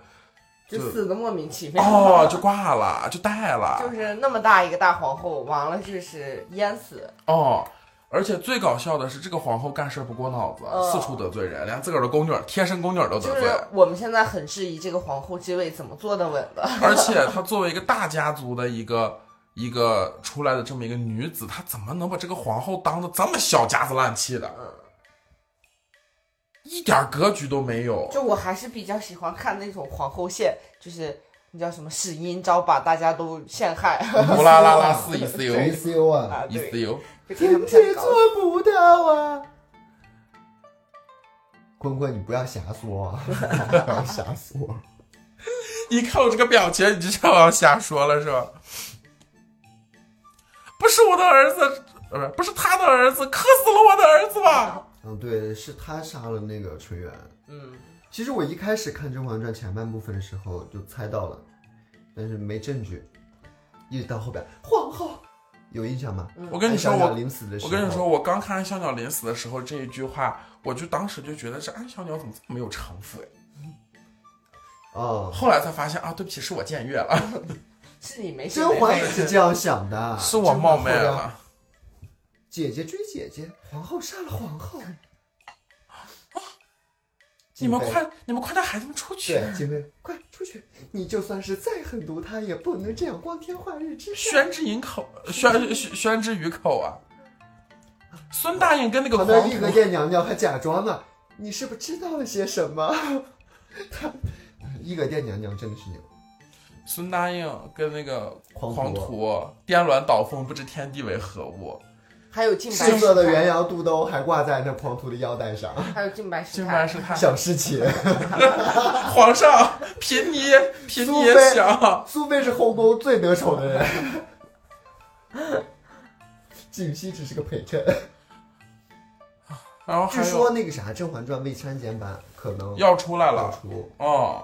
就就死的莫名其妙。哦就挂了，就带了，就是那么大一个大皇后，完了就是淹死，哦，而且最搞笑的是，这个皇后干事不过脑子，嗯四处得罪人，连自个儿的宫女儿、贴身宫女儿都得就罪。是我们现在很质疑这个皇后之位怎么坐得稳的。 而且她作为一个大家族的一个一个出来的这么一个女子，她怎么能把这个皇后当的这么小家子烂气的，嗯，一点格局都没有？就我还是比较喜欢看那种皇后线，就是你叫什么使阴招把大家都陷害。 无啦啦啦，四一四游，谁 C O 啊？啊，一对四，游，就给他臣们妾骗高。做不到啊！坤坤，你不要瞎说啊，不要瞎说。一看我这个表情，你就知道我要瞎说了是吧？不是我的儿子，呃不是不是他的儿子，磕死了我的儿子吧？嗯，对，是他杀了那个纯元。嗯，其实我一开始看《甄嬛传》前半部分的时候就猜到了，但是没证据，一直到后边皇后有印象吗？我跟你说，安小我鸟临死的时我候，跟你说，，我刚看小鸟临死的时候这一句话，我就当时就觉得这安小鸟怎么这么没有城府呀？哦，后来才发现啊，对不起，是我僭越了，是你没事甄嬛没也事是这样想啊的，是我冒昧甄嬛后边。了。姐姐追姐姐，皇后杀了皇后。你们静妃快，你们快带孩子们出去！对，金飞，快出去！你就算是再狠毒，他也不能这样光天化日之下。宣之营口，宣宣宣之于口啊！孙大爷跟那个旁黄边一土个艳娘娘还假装呢，你是不是知道了些什么？ 他一个艳娘娘真的是牛，孙答应跟那个狂徒狂徒颠鸾倒凤，不知天地为何物。还有净白赤色的石鸳鸯肚兜还挂在那狂徒的腰带上，炭，还有净白石竟然炭，是他小侍妾。 皇上， 贫尼贫尼苏菲想，苏菲是后宫最得宠的人， 槿汐只是个陪衬。然后据还说有那个啥《甄嬛传》未删减版可能要出来要了出，哦。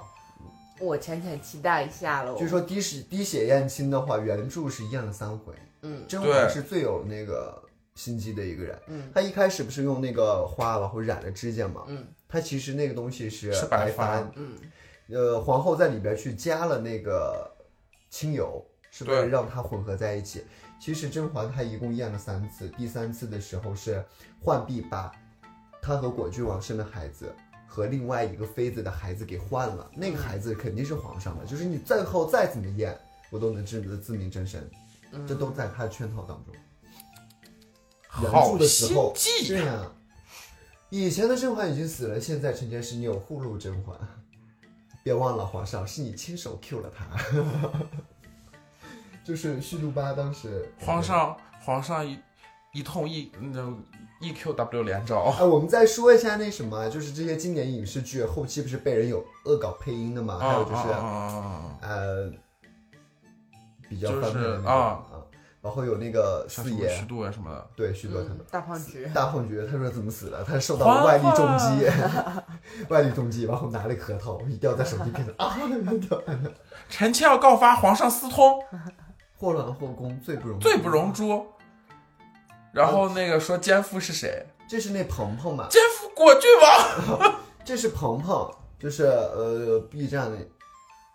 我浅浅期待一下了。据说滴血滴血验亲的话，原著是验了三回，嗯甄对嬛是最有那个心机的一个人。嗯她一开始不是用那个花然后染了指甲嘛？嗯她其实那个东西是是白白发矾，嗯呃，皇后在里边去加了那个清油，是为了对让它混合在一起。其实甄嬛她一共验了三次，第三次的时候是浣碧把她和果郡王生的孩子和另外一个妃子的孩子给换了，那个孩子肯定是皇上的，就是你再后再怎么验，我都能知得自明真身，嗯，这都在她的圈套当中。原好著的时心候计对呀、以前的甄嬛已经死了，现在陈前是你有护路甄嬛， 别忘了皇上是你亲手 Q 了她， 就是旭度巴当时皇。上，皇上一一通一那 E Q W 连招，哎，我们再说一下那什么，就是这些经典影视剧后期不是被人有恶搞配音的嘛？还有就是、啊啊啊啊呃，比较就是翻面的那种啊啊，然后有那个像四什么爷虚，度啊什么的，对许多他们。嗯大胖菊，大胖菊，他说怎么死的？他受到了外力重击， 外力重击，然后拿了个核桃掉在手机边上啊，掉臣妾要告发皇上私通，祸乱后宫最不容罪不容。诛。然后那个说奸夫是谁？这是那鹏鹏嘛？奸夫果郡王。这是鹏鹏，就是呃 B 站的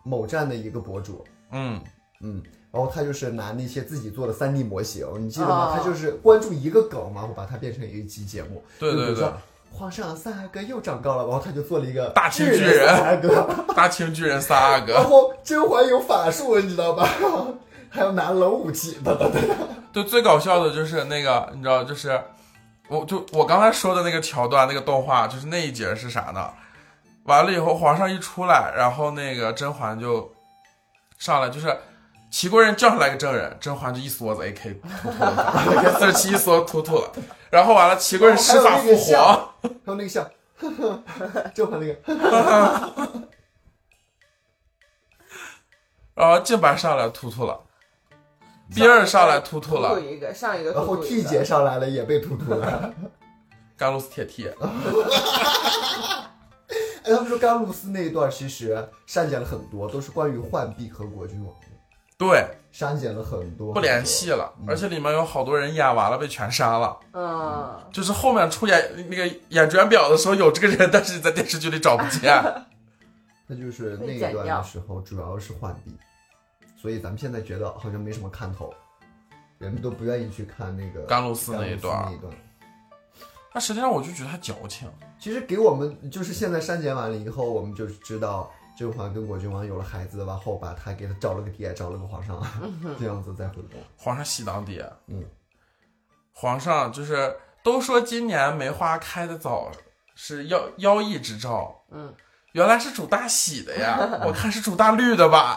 某站的一个博主，嗯，嗯，然后他就是拿那些自己做的 3D 模型，你记得吗？哦他就是关注一个梗嘛，我把它变成一期节目。对就比对如对说，皇上三阿哥又长高了，然后他就做了一个大清巨人三阿哥。大清巨人三阿然 哥。后甄嬛有法术，你知道吧？ 还要拿冷武器， 哒哒哒。对，最搞笑的就是那个，你知道，就是我就我刚才说的那个桥段，那个动画，就是那一节是啥呢？完了以后，皇上一出来，然后那个甄嬛就上来，就是齐国人叫上来个证人，甄嬛就一梭子 AK 突突了，AK 四十七一梭突突了。然后完了，齐国人施法复活，还有那个笑， 呵呵甄嬛那个，然后靖白上来突突了，上比尔上来突突吐了吐，一个，上一个，然吐后吐一 T 个姐上来了也被突 突了。甘露寺铁蹄。哎，他们说甘露寺那一段其实删减了很多，都是关于浣碧和果郡王的。对，删减了很多，不联系了，而且里面有好多人演完了被全删了，嗯，就是后面出演那个演职员表的时候有这个人，但是你在电视剧里找不见。那就是那会一剪段的掉时候主要是换币，所以咱们现在觉得好像没什么看头，人们都不愿意去看那个甘露寺那一段甘露寺那一段。但实际上我就觉得他矫情，其实给我们就是现在删减完了以后，我们就知道甄嬛跟果郡王有了孩子，然后把他给他找了个爹，找了个皇上，啊这样子再回宫。皇上喜当爹，嗯，皇上就是都说今年梅花开的早是妖妖异之兆，嗯，原来是主大喜的呀， 我看是主大绿的吧。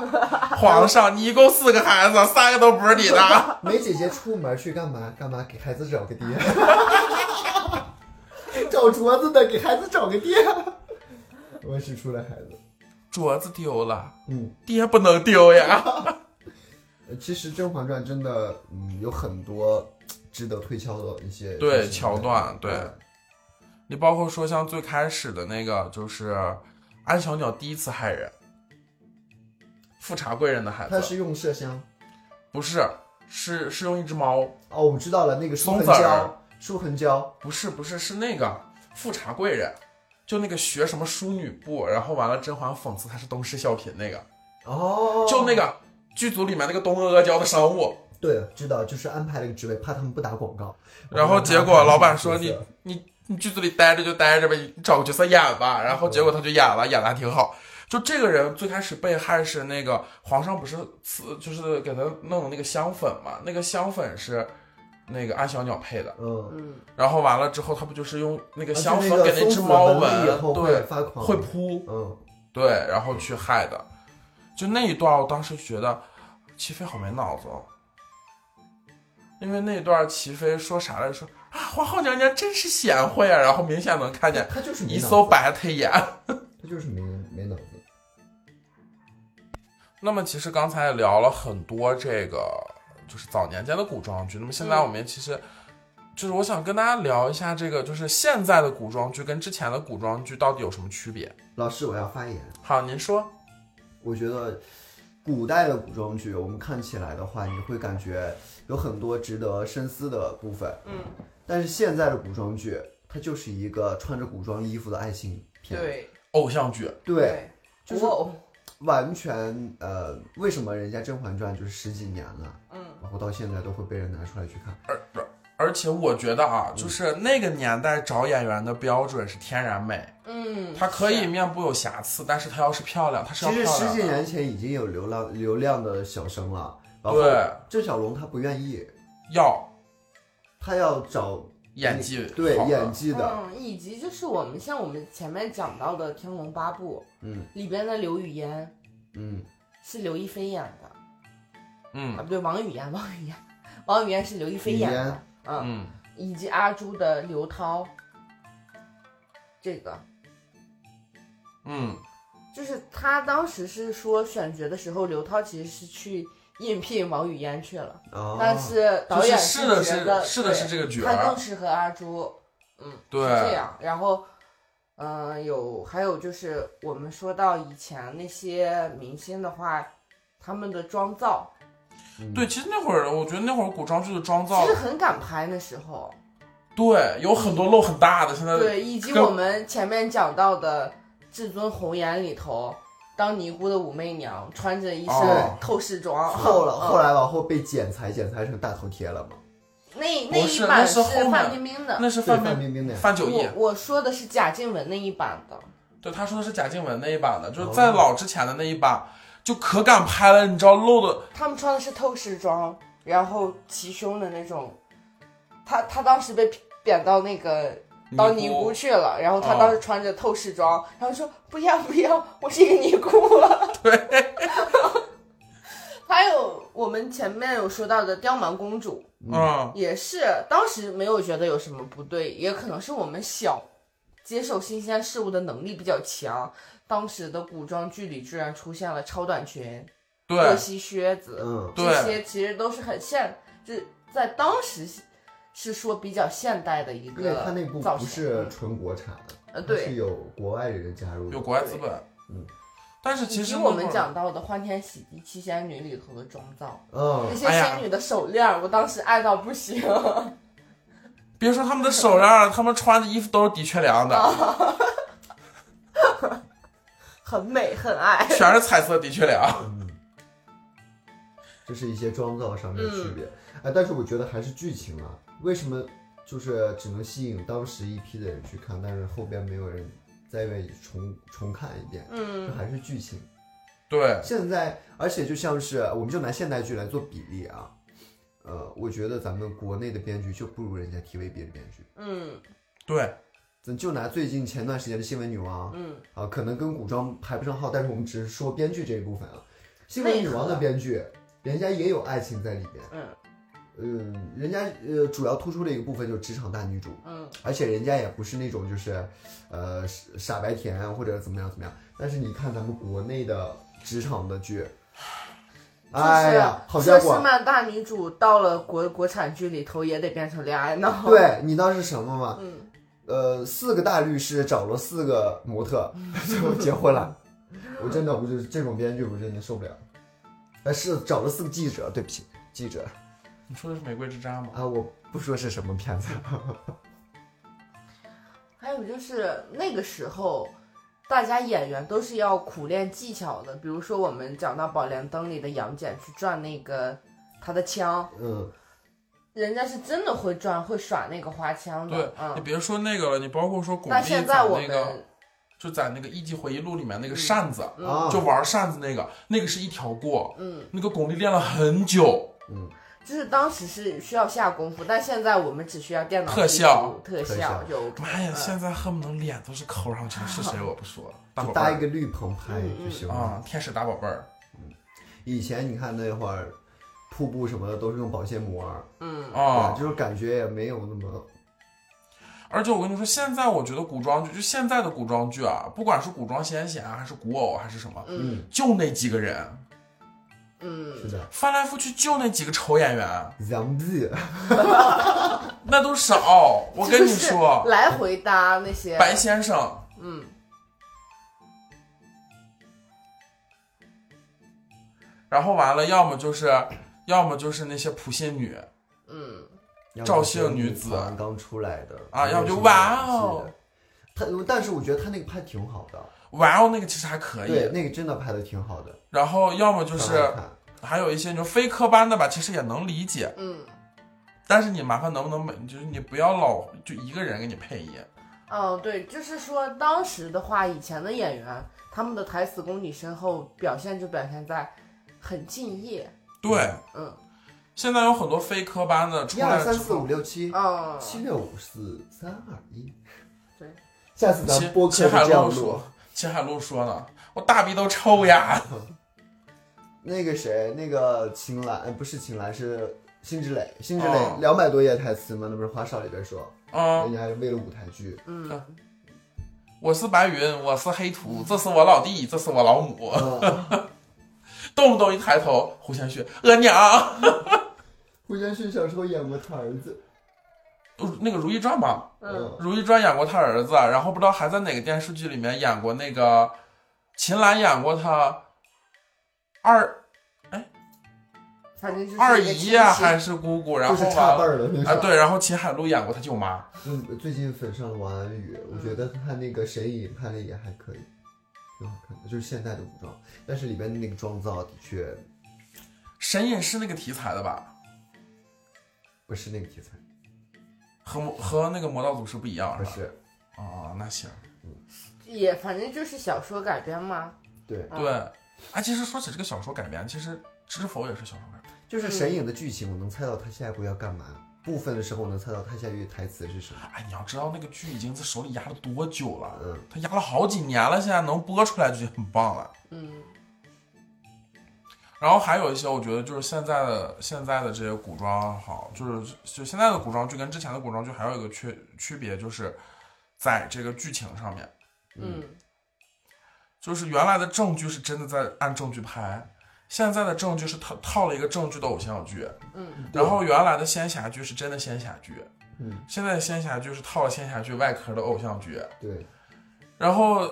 皇上，你一共四个孩子，三个都不是你的， 啊梅姐姐出门去干嘛？干嘛？给孩子找个爹。找镯子的，给孩子找个爹。我是出来孩子，镯子丢了，嗯。爹不能丢呀。呃其实《甄嬛传》真的，嗯，有很多值得推敲的一些对东西桥嗯段对你包括说像最开始的那个，就是安小鸟第一次害人，富察贵人的孩他子，是用麝香。不是，是是用一只猫，哦，我知道了，那个舒松痕子儿胶，舒痕胶，不是不是是那个富察贵人，就那个学什么淑女部，然后完了甄嬛讽刺她是东施效颦那个，哦，就那个剧组里面那个东阿阿胶的商务，对，知道，就是安排了一个职位，怕他们不打广告。然后怕他们结果老板说不打你广告你你剧组里待着就待着呗，你找个角色演吧，然后结果他就演了，演的还挺好。就这个人最开始被害是那个皇上不是赐就是给他弄那个香粉嘛，那个香粉是那个安小鸟配的，嗯，嗯，然后完了之后他不就是用那个香而粉且那给个那松只子猫闻了以后会对，发狂，会扑，嗯，对，然后去害的。就那一段，我当时觉得齐飞好没脑子哦，因为那一段齐飞说啥来着？说啊，皇后娘娘真是贤惠啊，然后明显能看 见他就是没一脑搜子，白他眼。 他就是没没脑子。那么其实刚才也聊了很多这个就是早年间的古装剧，那么现在嗯我们其实。就是我想跟大家聊一下这个，就是现在的古装剧跟之前的古装剧到底有什么区别？老师，我要发言。好，您说。我觉得古代的古装剧，我们看起来的话，你会感觉有很多值得深思的部分。嗯，但是现在的古装剧，它就是一个穿着古装衣服的爱情片，对偶像剧，对，就是古偶，完全呃，为什么人家《甄嬛传》就是十几年了，嗯然后到现在都会被人拿出来去看？而且我觉得啊，嗯就是那个年代找演员的标准是天然美，嗯，她可以是面部有瑕疵，但是她要是漂亮，她是其要实漂十亮几的。年前已经有流浪流量的小生了，然后对，郑晓龙他不愿意， 要他要找演技嗯对好的演技的，嗯，以及就是我们像我们前面讲到的《天龙八部嗯》里边的刘语嫣嗯，是刘亦菲演的，啊嗯不对，王语嫣，王语嫣，王语嫣是刘亦菲演语的嫣，嗯，嗯，以及阿朱的刘涛，这个嗯，就是他当时是说选角的时候，刘涛其实是去应聘王语嫣去了，哦，但是导就是演是的觉得是是的是这个角对他儿更，适合阿朱，嗯，对是这样。然后，嗯、有还有就是我们说到以前那些明星的话，他们的妆造嗯对，其实那会儿我觉得那会儿古装剧的妆其造实，很敢拍那时候，对，有很多露很大的，现在对，以及呃跟我们前面讲到的《至尊红颜》里头。当尼姑的武媚娘穿着一哦身透视装，啊后来嗯后来往后被剪裁，剪裁成大头贴了嘛？那不那一是版那是后范面冰冰的，那是对范范冰冰冰那样。范九我一，我说的是贾静雯那一版的，对，他说的是贾静雯那一版的，就是哦在老之前的那一版，就可敢拍了，你知道露的，他们穿的是透视装，然后齐胸的那种。他他当时被贬到那个当尼姑去了，然后他哦当时穿着透视装，然后说不要不要，我是一个尼姑 了。对。 还有我们前面有说到的刁蛮公主，嗯，也是当时没有觉得有什么不对，也可能是我们小接受新鲜事物的能力比较强。当时的古装剧里居然出现了超短裙、对过，膝靴子，嗯，对这些其实都是很现，就是在当时是说比较现代的一因为个它那部造不嗯型。是纯国产的，呃，它是对，有国外人加入的有国外资本，嗯，但是其以及实我那们会儿讲到的《欢天喜地七仙女》里头的妆造，嗯那，些哎呀仙女的手链儿，我当时爱到不行。啊别说他们的手链儿，他们穿的衣服都是的确良哦的， 很美，很爱。全是彩色的确良。嗯，这是一些妆造上面的区别。哎，但是我觉得还是剧情啊，为什么就是只能吸引当时一批的人去看，但是后边没有人再愿意重重看一遍？这嗯还是剧情。对，现在，而且就像是我们就拿现代剧来做比例啊，呃，我觉得咱们国内的编剧就不如人家 TVB 的编剧。嗯对，咱就拿最近前段时间的新闻女王嗯，啊，可能跟古装排不上号，但是我们只是说编剧这一部分啊。新闻女王的编剧，人家也有爱情在里边，嗯嗯，人家呃主要突出的一个部分就是职场大女主，嗯而且人家也不是那种就是，呃傻傻白甜啊或者怎么样怎么样。但是你看咱们国内的职场的剧，哎呀，好佘家诗伙！曼大女主到了国国产剧里头也得变成恋爱脑。，对你当时什么嘛？哦嗯，呃，四个大律师找了四个模特，嗯 最后结婚了。我真的，我就是这种编剧，我真的受不了。但是找了四个记者，对不起，记者你说的是《玫瑰之战》吗？啊，我不说是什么片子， 还有就是那个时候。大家演员都是要苦练技巧的，比如说我们讲到《宝莲灯》里的杨戬去转那个他的枪，嗯，人家是真的会转，会耍那个花枪的对。，你嗯，别说那个了，你包括说古力那在现在我那们、个，就在那个《艺伎回忆录》里面那个嗯扇子，嗯啊就玩扇子那个，那个是一条过，嗯，那个巩俐练了很久，嗯，就是当时是需要下功夫，但现在我们只需要电脑特效地图、特特效就 OK 了。妈呀，嗯现在恨不能脸都是抠上去的，是谁我不说，大就宝贝搭一儿个绿棚拍嗯就行了。啊，天使大宝贝儿以前你看那会儿，瀑布什么的都是用保鲜膜儿，嗯啊，就是感觉也没有那么，而且我跟你说，现在我觉得古装剧，就现在的古装剧啊，不管是古装仙侠还是古偶啊还是什么，嗯就那几个人是嗯，的翻来覆去，就那几个丑演员， ，zombie，那都少。我跟你就是说，来回搭那些，哦白先生，嗯然后完了，要么就是，要么就是那些普信女嗯，赵姓女子刚出来的啊要不就没有什么哇演技哦的。他，但是我觉得他那个拍挺好的，哇哦，那个其实还可对，嗯以。那个真的拍的挺好的，然后要么就很好是看还有一些你说非科班的吧，其实也能理解，嗯但是你麻烦能不能每就是你不要老就一个人给你配音，哦对，就是说当时的话，以前的演员他们的台词功底深厚，表现就表现在很敬业，对。嗯现在有很多非科班的出一来二之三四后五，六七啊哦，七六五四三二一，对，下次咱秦们播秦客海就璐这样录说。，秦海璐说呢，我大鼻都抽呀，那个谁，那个秦岚，呃不是秦岚，是辛芷蕾。辛芷哦蕾两百多页台词嘛，那不是《花少》里边说，嗯，人家还为了舞台剧，嗯我是白云，我是黑土，这是我老弟，这是我老母， 啊，动不动一抬头，胡先煦，额娘， 胡先煦小时候演过他儿子，那个《如懿传》嘛，嗯哦《如懿传》演过他儿子，啊然后不知道还在哪个电视剧里面演过那个秦岚演过他二反正就是二一个姨呀、亲戚还是姑姑，然就后是完差辈了儿的那啊种。对，然后秦海璐演过他舅妈，嗯，最近粉上了王安宇，我觉嗯得他那个谁影拍的也还可以，挺好看的，就是现代的古装，但是里边的那个妆造的确神隐是那个题材的吧？不是那个题材，和魔和那个魔道祖师不一样不是吧？是，哦，那行，也反正就是小说改编嘛，对，嗯对，哎，其实说起这个小说改编，其实《知否》也是小说改编，就是神影的剧情，我能猜到他下一步要干嘛。部分的时候我能猜到他下一句台词是什么。哎，你要知道那个剧已经在手里压了多久了，嗯，它压了好几年了，现在能播出来就已经很棒了。嗯然后还有一些，我觉得就是现在的现在的这些古装好，就是就现在的古装剧跟之前的古装剧还有一个区区别，就是在这个剧情上面，嗯就是原来的正剧是真的在按正剧拍，现在的正剧是套套了一个正剧的偶像剧，嗯然后原来的仙侠剧是真的仙侠剧，嗯，现在的仙侠剧是套了仙侠剧外壳的偶像剧，对，然后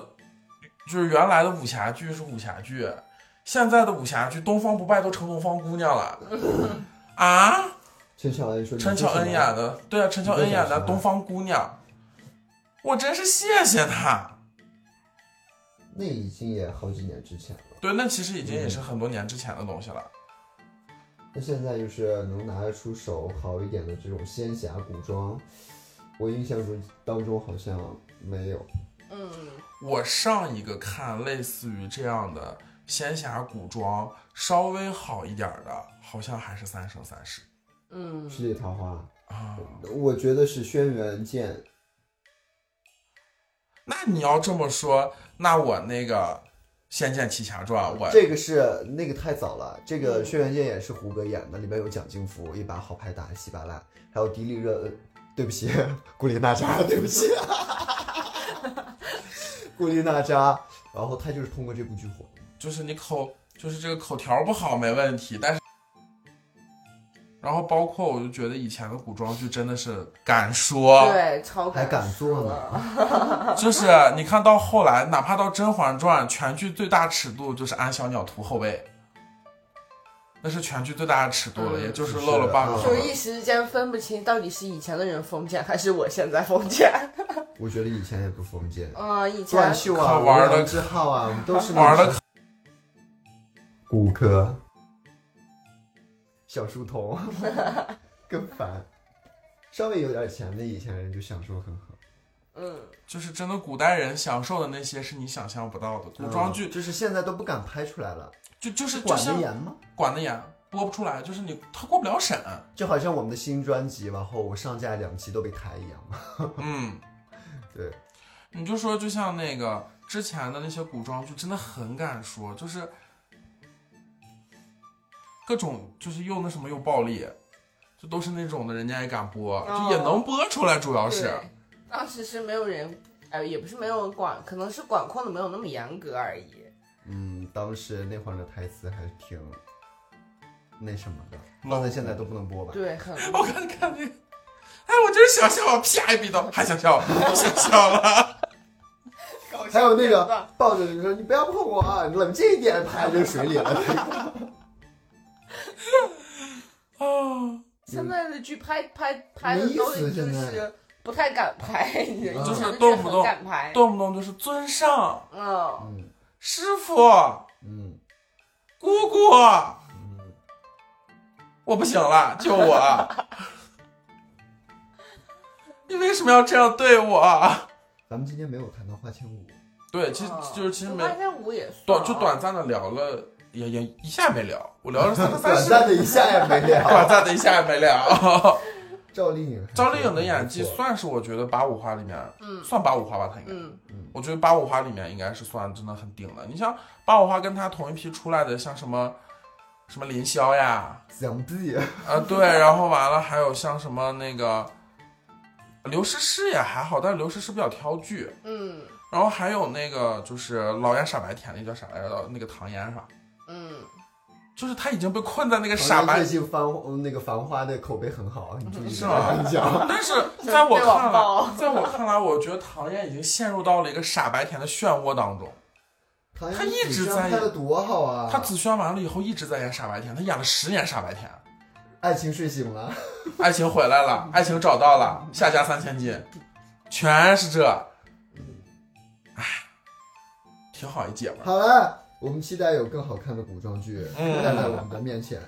就是原来的武侠剧是武侠剧，现在的武侠剧东方不败都成东方姑娘了啊！陈乔恩说，陈乔恩演，的，对啊，陈乔恩演的东方姑娘，我真是谢谢她。那已经也好几年之前了，对，那其实已经也是很多年之前的东西了。那现在就是能拿得出手好一点的这种仙侠古装，我印象中当中好像没有。嗯，我上一个看类似于这样的仙侠古装，稍微好一点儿的，好像还是《三生三世嗯，十里桃花，》啊。我觉得是轩辕剑，那你要这么说，那我那个《仙剑奇侠传》，我这个是那个太早了。这个嗯轩辕剑也是胡歌演的，里面有蒋劲夫，一把好牌打得稀巴烂，还有迪丽热，呃对不起，古力娜扎，对不起， 古力娜扎。然后他就是通过这部剧火的，就是你口就是这个口条不好没问题，但是，然后包括我就觉得以前的古装剧真的是敢说，对，超还敢做说 呢。就是你看到后来，哪怕到《甄嬛传》，全剧最大尺度就是安小鸟图后背。那是全剧最大的尺度了，嗯也就是是露了的半个嗯后就背。一时间分不清到底是以前的人封建还是我现在封建。 我觉得以前也不封建，嗯，以前段秀啊，可玩的吴良之浩啊，我们都是玩的的骨科、小书童， 更烦。稍微有点钱的以前人就享受很好，嗯，就是真的，古代人享受的那些是你想象不到的。古装剧嗯就是现在都不敢拍出来了，就就是就管得像严吗？管得严，播不出来，就是你他过不了审。就好像我们的新专辑往后我上架两期都被抬一样嘛。嗯，对，你就说，就像那个之前的那些古装剧，真的很敢说，就是各种就是又那什么又暴力，就都是那种的，人家也敢播，就也能播出来，主要是。对当时是没有人，哎，也不是没有人管，可能是管控的没有那么严格而已。嗯，当时那会儿的台词还是挺那什么的，老放在现在都不能播吧？对， 很我看看那个，哎，我真是想笑，啪一笔刀，还想笑，不想笑了。 搞笑。还有那个抱着你说你不要碰我啊，你冷静一点，啪扔水里 了。啊，现在的剧拍拍拍的没意都思就现在嗯是不太敢拍，你知道吗就是就是动不动很敢拍，动不动就是尊上嗯，嗯师傅。嗯姑姑，嗯，我不行了，救我！你为什么要这样对我？啊咱们今天没有谈到花千骨，对，其实哦就是其实没发现舞也算短，啊就短暂的聊了，也也一下也没聊，我聊了三三 短十，暂的一下也没短聊。暂的一下也没聊。 赵丽颖还是，赵丽颖的演技还不错算是我觉得八五花里面嗯算八五花吧，她应该，嗯我觉得八五花里面应该是算真的很顶的。你像八五花跟她同一批出来的，像什么什么林霄呀，想必啊，对，然后完了还有像什么那个刘诗诗也还好，但是刘诗诗比较挑剧。嗯然后还有那个就是老眼傻白甜那叫啥来着？那个唐嫣是吧？嗯，就是她已经被困在那个傻白最，近繁嗯那个繁花的口碑很好，你注意是吗你讲。但 是在我被网看来，暴在我看来，我觉得唐嫣已经陷入到了一个傻白甜的漩涡当中。唐嫣他一直在拍的多好啊！她紫萱完了以后一直在演傻白甜，她演了十年傻白甜，爱情睡醒了，爱情回来了，爱情找到了，下家三千金，全是这，哎，挺好一姐们儿。好了，我们期待有更好看的古装剧嗯站在我们的面前。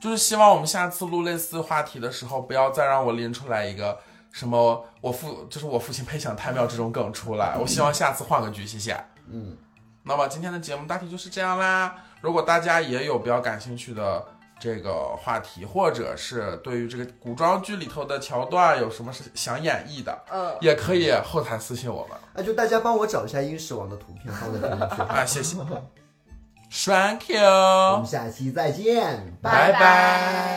就是希望我们下次录类似话题的时候，不要再让我拎出来一个什么我父就是我父亲配享太庙这种梗出来。我希望下次换个局，谢谢。嗯，那么今天的节目大体就是这样啦。如果大家也有比较感兴趣的这个话题，或者是对于这个古装剧里头的桥段有什么是想演绎的，嗯，也可以后台私信我们。哎，就大家帮我找一下英狮王的图片放在 评论区。啊，谢谢。Thank 我 you，们下期再见，拜拜拜拜。